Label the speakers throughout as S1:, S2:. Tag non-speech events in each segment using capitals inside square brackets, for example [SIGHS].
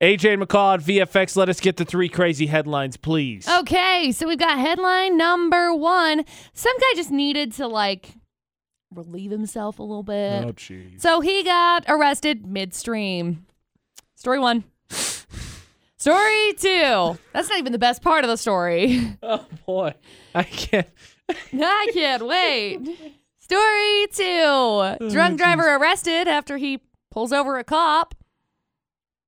S1: AJ McCall at VFX, let us get the three crazy headlines, please.
S2: Okay, so we've got headline number one. Some guy just needed to like relieve himself a little bit.
S1: Oh, jeez.
S2: So he got arrested midstream. Story one. story two. That's not even the best part of the story. [LAUGHS]
S1: Oh, boy. I can't.
S2: I can't wait. Story two. Drunk driver arrested after he pulls over a cop.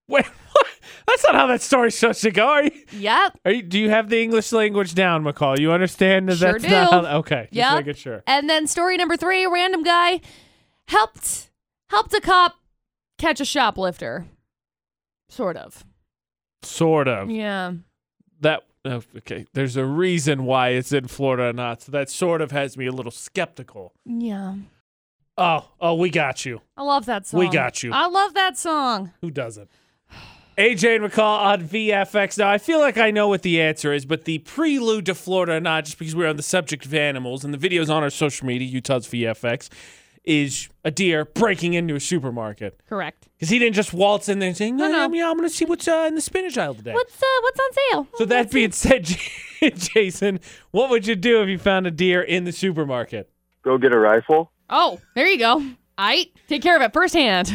S1: Wait, what? That's not how that story's supposed to go. Are you,
S2: Yep.
S1: are you, do you have the English language down, McCall? You understand that
S2: Sure
S1: that's
S2: do.
S1: not how. Okay. Just
S2: Yep.
S1: making sure.
S2: And then story number three, a random guy helped helped a cop catch a shoplifter. Sort of.
S1: Sort of.
S2: Yeah.
S1: That. oh, Okay. There's a reason why it's in Florida or not. So that sort of has me a little skeptical.
S2: Yeah.
S1: Oh, oh, we got you.
S2: I love that song.
S1: We got you.
S2: I love that song.
S1: Who doesn't? AJ and McCall on VFX. Now, I feel like I know what the answer is, but the prelude to Florida or not, just because we're on the subject of animals and the videos on our social media, Utah's VFX, is a deer breaking into a supermarket.
S2: Correct.
S1: Because he didn't just waltz in there saying, no,
S2: no.
S1: no, I'm going to see what's uh, in the spinach aisle today.
S2: What's uh what's on sale?
S1: So, that being said, [LAUGHS] Jason, what would you do if you found a deer in the supermarket?
S3: Go get a rifle.
S2: Oh, there you go. I take care of it firsthand.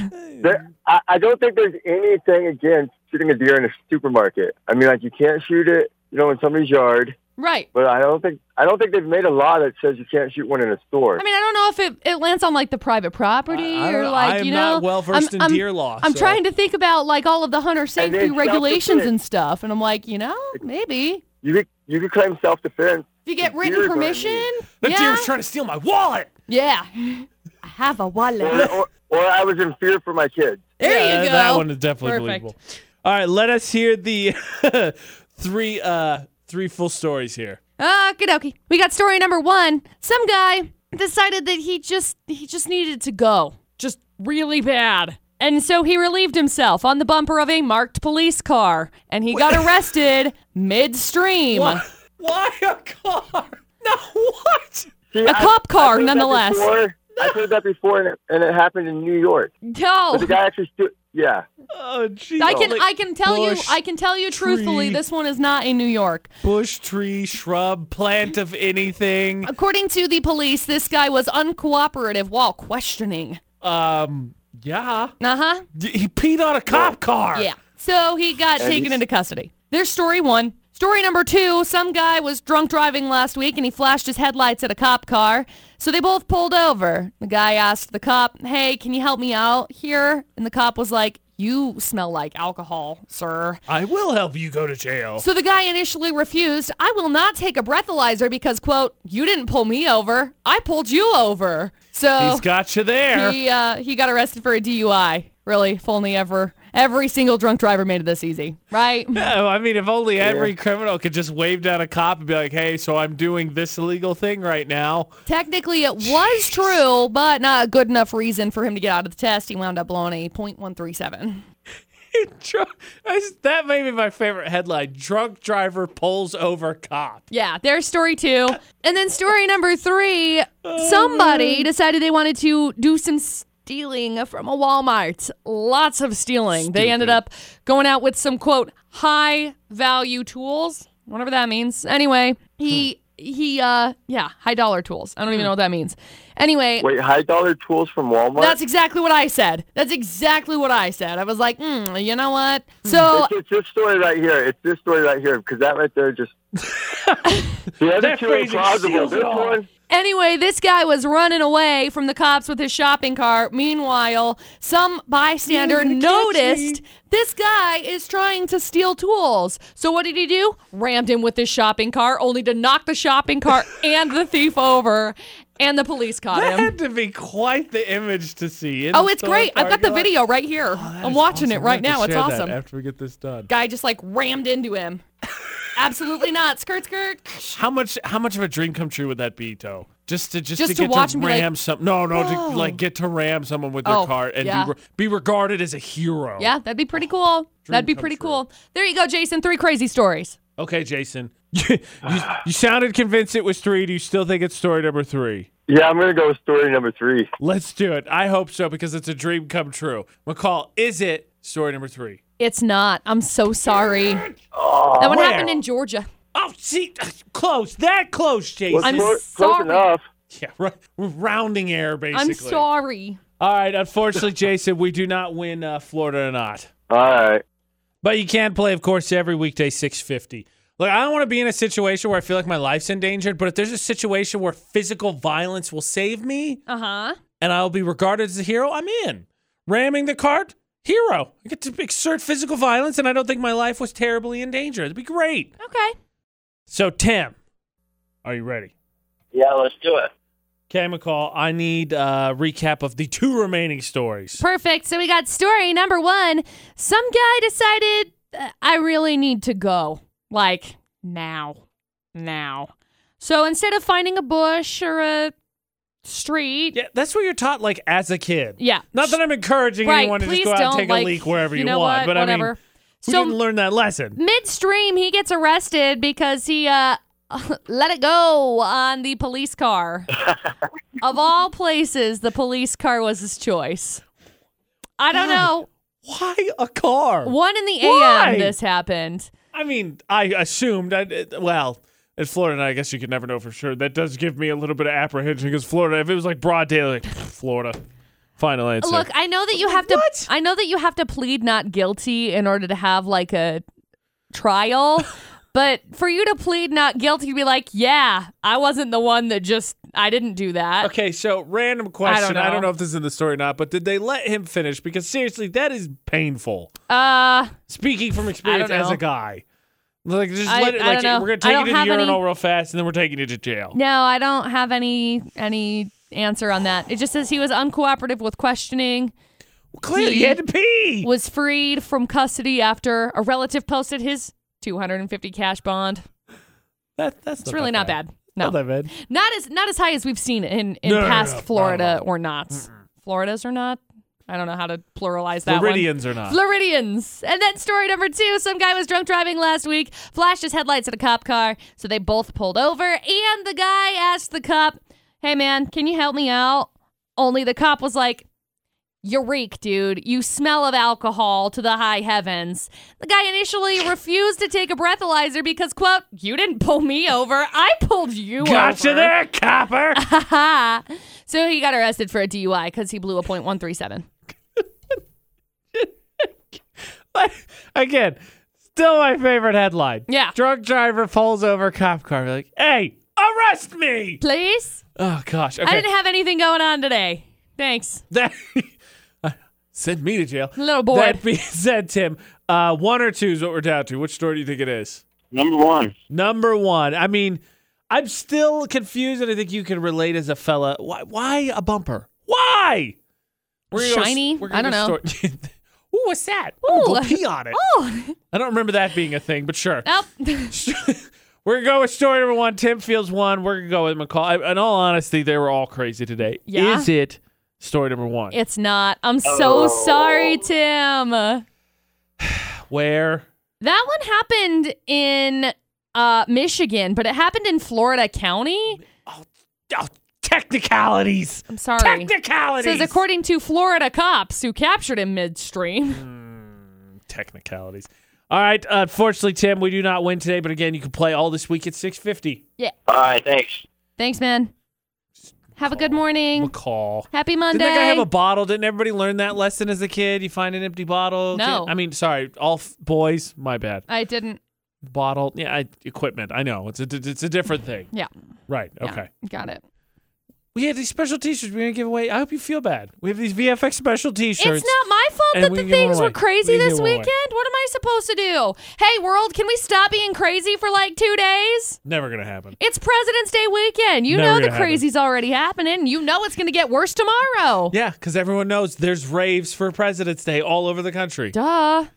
S3: There, I, I don't think there's anything against shooting a deer in a supermarket. I mean, like you can't shoot it, you know, in somebody's yard.
S2: [LAUGHS] Right.
S3: But I don't think I don't think they've made a law that says you can't shoot one in a store.
S2: I mean, I don't know if it, it lands on like the private property
S1: I- I don't
S2: or
S1: know.
S2: like
S1: I am
S2: you know.
S1: not well-versed in deer law,
S2: I'm
S1: so-
S2: trying to think about like all of the hunter safety
S3: it's
S2: regulations
S3: self-defense.
S2: and stuff, and I'm like, you know, maybe
S3: you could you could claim self defense.
S2: if you get
S3: The
S2: written
S3: deer is what I
S2: permission.
S1: The
S2: yeah.
S1: deer's trying to steal my wallet.
S2: yeah. I have a
S3: Or,
S2: wallet. [LAUGHS]
S3: or, or I was in fear for my kids.
S2: There
S1: yeah,
S2: you go.
S1: That one is definitely
S2: Perfect.
S1: believable. All right, let us hear the [LAUGHS] three uh three full stories here.
S2: Okie dokie. We got story number one. Some guy decided that he just he just needed to go. Just really bad. And so he relieved himself on the bumper of a marked police car and
S1: [LAUGHS]
S2: he got arrested midstream.
S1: Why a
S2: [LAUGHS]
S1: car? No, what?
S3: See,
S2: A
S3: I-
S2: cop car,
S3: I've heard that
S2: nonetheless.
S3: before. I've heard that before, and it, and it happened in New York.
S2: No.
S3: The
S2: [LAUGHS]
S3: guy actually, stu- yeah.
S1: Oh, geez.
S2: I can
S1: Like
S2: I can tell you
S1: bush,
S2: I can tell you truthfully
S1: tree.
S2: this one is not in New York.
S1: bush, tree, shrub, plant of anything.
S2: According to the police, this guy was uncooperative while questioning.
S1: Um, yeah.
S2: Uh-huh.
S1: D- He peed on a cop car.
S2: Yeah. So he got taken into custody. There's story one. Story number two some guy was drunk driving last week and he flashed his headlights at a cop car. So they both pulled over. The guy asked the cop, Hey, can you help me out here? And the cop was like, You smell like alcohol, sir.
S1: I will help you go to jail.
S2: So the guy initially refused, I will not take a breathalyzer because, quote, you didn't pull me over. I pulled you over. So
S1: He's got you there.
S2: he, uh, he got arrested for a DUI. Really, if only ever. Every single drunk driver made it this easy, right?
S1: [LAUGHS] Oh, I mean, if only every criminal could just wave down a cop and be like, "Hey, so I'm doing this illegal thing right now."
S2: Technically, it was true, but not a good enough reason for him to get out of the test. He wound up blowing a .137.
S1: Drunk- I s- that may be my favorite headline. Drunk driver pulls over cop.
S2: Yeah, there's story two. And then story number three, somebody decided they wanted to do some stealing from a Walmart. Lots of stealing. They ended
S1: Stupid.
S2: up going out with some, quote, high value tools, whatever that means. Anyway, he, he, uh, yeah, high dollar tools. I don't even know what that means. Anyway,
S3: Wait, high dollar tools from Walmart.
S2: That's exactly what I said. That's exactly what I said. I was like, mm, you know what? So
S3: It's, it's this story right here. It's this story right here because that right
S1: [LAUGHS]
S3: there just. the other
S1: That
S3: two are
S1: phrasing
S3: plausible.
S1: seals it
S3: This
S1: all.
S3: one,
S2: anyway, this guy was running away from the cops with his shopping cart. Meanwhile, some bystander
S1: You're gonna catch
S2: noticed this guy is trying to steal tools. So what did he do? Rammed him with his shopping cart, only to knock the
S1: [LAUGHS]
S2: shopping cart and the thief over. And the police caught
S1: That
S2: him.
S1: had to be quite the image to see. in
S2: Oh,
S1: the
S2: it's
S1: store
S2: great. I've got the
S1: parking lot.
S2: video right here.
S1: Oh, That
S2: I'm
S1: is
S2: watching it
S1: awesome.
S2: right
S1: We have
S2: now.
S1: to
S2: It's
S1: share that
S2: awesome.
S1: after we get this done,
S2: guy just like rammed
S1: [LAUGHS]
S2: into him. Absolutely not. Skirt, skirt.
S1: how much how much of a dream come true would that be, though? Just to just,
S2: Just
S1: to
S2: to
S1: get
S2: watch
S1: to
S2: and be like,
S1: ram some. No, no,
S2: "Whoa."
S1: to like get to ram someone with their
S2: Oh,
S1: cart and
S2: yeah.
S1: be, re- be regarded as a hero.
S2: Yeah, that'd be pretty cool. that'd be
S1: come
S2: pretty
S1: true.
S2: cool. There you go, Jason. Three crazy stories.
S1: Okay, Jason. [LAUGHS] you, you sounded convinced it was three. Do you still think it's story number three?
S3: yeah, I'm gonna go with story number three.
S1: Let's do it. I hope so because it's a dream come true. McCall, is it story number three?
S2: It's not. I'm so sorry. that one happened in Georgia.
S1: Oh, see, [SIGHS] close. That close, Jason.
S2: I'm
S3: close,
S2: sorry.
S3: close enough.
S1: yeah, right. We're rounding error, basically.
S2: I'm sorry.
S1: All right.
S2: [LAUGHS]
S1: Unfortunately, Jason, we do not win uh, Florida or not.
S3: All right.
S1: But you can play, of course, every weekday, 650. Look, I don't want to be in a situation where I feel like my life's endangered, but if there's a situation where physical violence will save me
S2: Uh huh.
S1: and I'll be regarded as a hero, I'm in. Ramming the cart, hero. I get to exert physical violence, and I don't think my life was terribly in danger. It'd be great.
S2: Okay.
S1: So, Tim, are you ready?
S3: Yeah, let's do it.
S1: Okay, McCall, I need a recap of the two remaining stories.
S2: Perfect. So we got story number one. Some guy decided, uh, I really need to go. Like, now. Now. So instead of finding a bush or a street,
S1: Yeah, that's what you're taught, like, as a kid.
S2: Yeah.
S1: Not that I'm encouraging
S2: right,
S1: anyone to
S2: please
S1: just go out
S2: don't
S1: and take
S2: like,
S1: a leak wherever you,
S2: know
S1: want,
S2: what,
S1: but
S2: whatever.
S1: I mean, who
S2: so
S1: didn't learn that lesson?
S2: midstream, he gets arrested because he uh, [LAUGHS] let it go on the
S1: [LAUGHS]
S2: police car. of all places, the police car was his choice. I don't
S1: Why?
S2: know.
S1: Why a car?
S2: One in the
S1: Why?
S2: AM, this happened.
S1: I mean, I assumed. I, it- well, in Florida, I guess you could never know for sure. That does give me a little bit of apprehension because Florida, if it was like broad daylight, [LAUGHS] like, Florida, final answer.
S2: Look, I know that you have to.
S1: What?
S2: I know that you have to plead not guilty in order to have like a
S1: [LAUGHS]
S2: trial. but for you to plead not guilty, you'd be like, yeah, I wasn't the one that just. I didn't do that.
S1: okay, so random question. I don't, know.
S2: know.
S1: if this is in the story or not, but did they let him finish? Because seriously, that is painful.
S2: Uh,
S1: Speaking from experience as
S2: know.
S1: a guy. Like just
S2: I-
S1: let it
S2: I
S1: like
S2: don't know.
S1: we're gonna
S2: I
S1: take
S2: don't
S1: it to the
S2: have any-
S1: urinal real fast and then we're taking it to jail.
S2: no, I don't have any any answer on that. It just says he was uncooperative with questioning,
S1: Clearly
S2: he
S1: you had to pee.
S2: was freed from custody after a relative posted his 250 cash bond.
S1: That- that's
S2: It's really not bad. No,
S1: Not that bad.
S2: Not as not as high as we've seen it in, in
S1: No, no, no,
S2: past
S1: no, no,
S2: Florida or nots. Floridas or not. I don't know how to pluralize that
S1: Floridians or
S2: one.
S1: not.
S2: Floridians. And then story number two, some guy was drunk driving last week, flashed his headlights at a cop car, so they both pulled over, and the guy asked the cop, Hey man, can you help me out? Only the cop was like, you reek, dude. You smell of alcohol to the high heavens. The guy
S1: [LAUGHS]
S2: initially refused to take a breathalyzer because, quote, you didn't pull me over. I pulled you
S1: Gotcha
S2: over.
S1: there, copper.
S2: Ha ha. So he got arrested for a DUI because he blew a .137.
S1: [LAUGHS] Again, still my favorite headline.
S2: Yeah.
S1: Drunk driver pulls over cop car. Like, hey, arrest me.
S2: Please?
S1: Oh, gosh.
S2: I
S1: Okay.
S2: didn't have anything going on today. Thanks.
S1: [LAUGHS] That- Send me to jail.
S2: A little bored.
S1: That being [LAUGHS] said, Tim, uh, one or two is what we're down to. Which story do you think it is?
S4: Number one.
S1: Number one. I mean, I'm still confused, and I think you can relate as a fella. Why, why a bumper? Why? We're gonna
S2: Shiny?
S1: we're gonna
S2: I don't know.
S1: story- [LAUGHS] Ooh, what's that? Ooh, go
S2: Ooh.
S1: pee on
S2: [LAUGHS]
S1: it.
S2: Oh,
S1: I don't remember that being a thing, but sure.
S2: nope. [LAUGHS]
S1: [LAUGHS] We're gonna go with story number one. Tim Fields one. We're gonna go with McCall. I- In all honesty, they were all crazy today.
S2: Yeah.
S1: Is it story number one?
S2: it's not. I'm so
S4: Oh.
S2: sorry, Tim.
S1: Where?
S2: That one happened in uh, Michigan, but it happened in Florida County.
S1: Oh, technicalities.
S2: I'm sorry. It
S1: Technicalities.
S2: says according to Florida cops who captured him midstream.
S1: technicalities. All right. Unfortunately, Tim, we do not win today. But again, you can play all this week at six fifty.
S4: All right, thanks.
S2: Thanks, man. Have a good morning.
S1: McCall.
S2: Happy Monday.
S1: Didn't that guy have a bottle? Didn't everybody learn that lesson as a kid? You find an empty bottle.
S2: No.
S1: I mean, sorry, all f- boys. My bad.
S2: I didn't.
S1: Bottle. Yeah, I, equipment. I know. It's a it's a different thing.
S2: Yeah.
S1: Right.
S2: yeah,
S1: Okay.
S2: Got it.
S1: We had these special T-shirts we're gonna give away. I hope you feel bad. We have these VFX special T-shirts.
S2: It's not my
S1: and
S2: fault that
S1: we
S2: the
S1: can give 'em
S2: things
S1: away.
S2: were crazy
S1: We can
S2: this
S1: give 'em away.
S2: weekend. What am I supposed to do? Hey, world, can we stop being crazy for like two days?
S1: Never gonna happen.
S2: It's President's Day weekend. You
S1: Never
S2: know the
S1: gonna happen.
S2: crazy's already happening. You know it's going to get worse tomorrow.
S1: Yeah, because everyone knows there's raves for President's Day all over the country.
S2: Duh.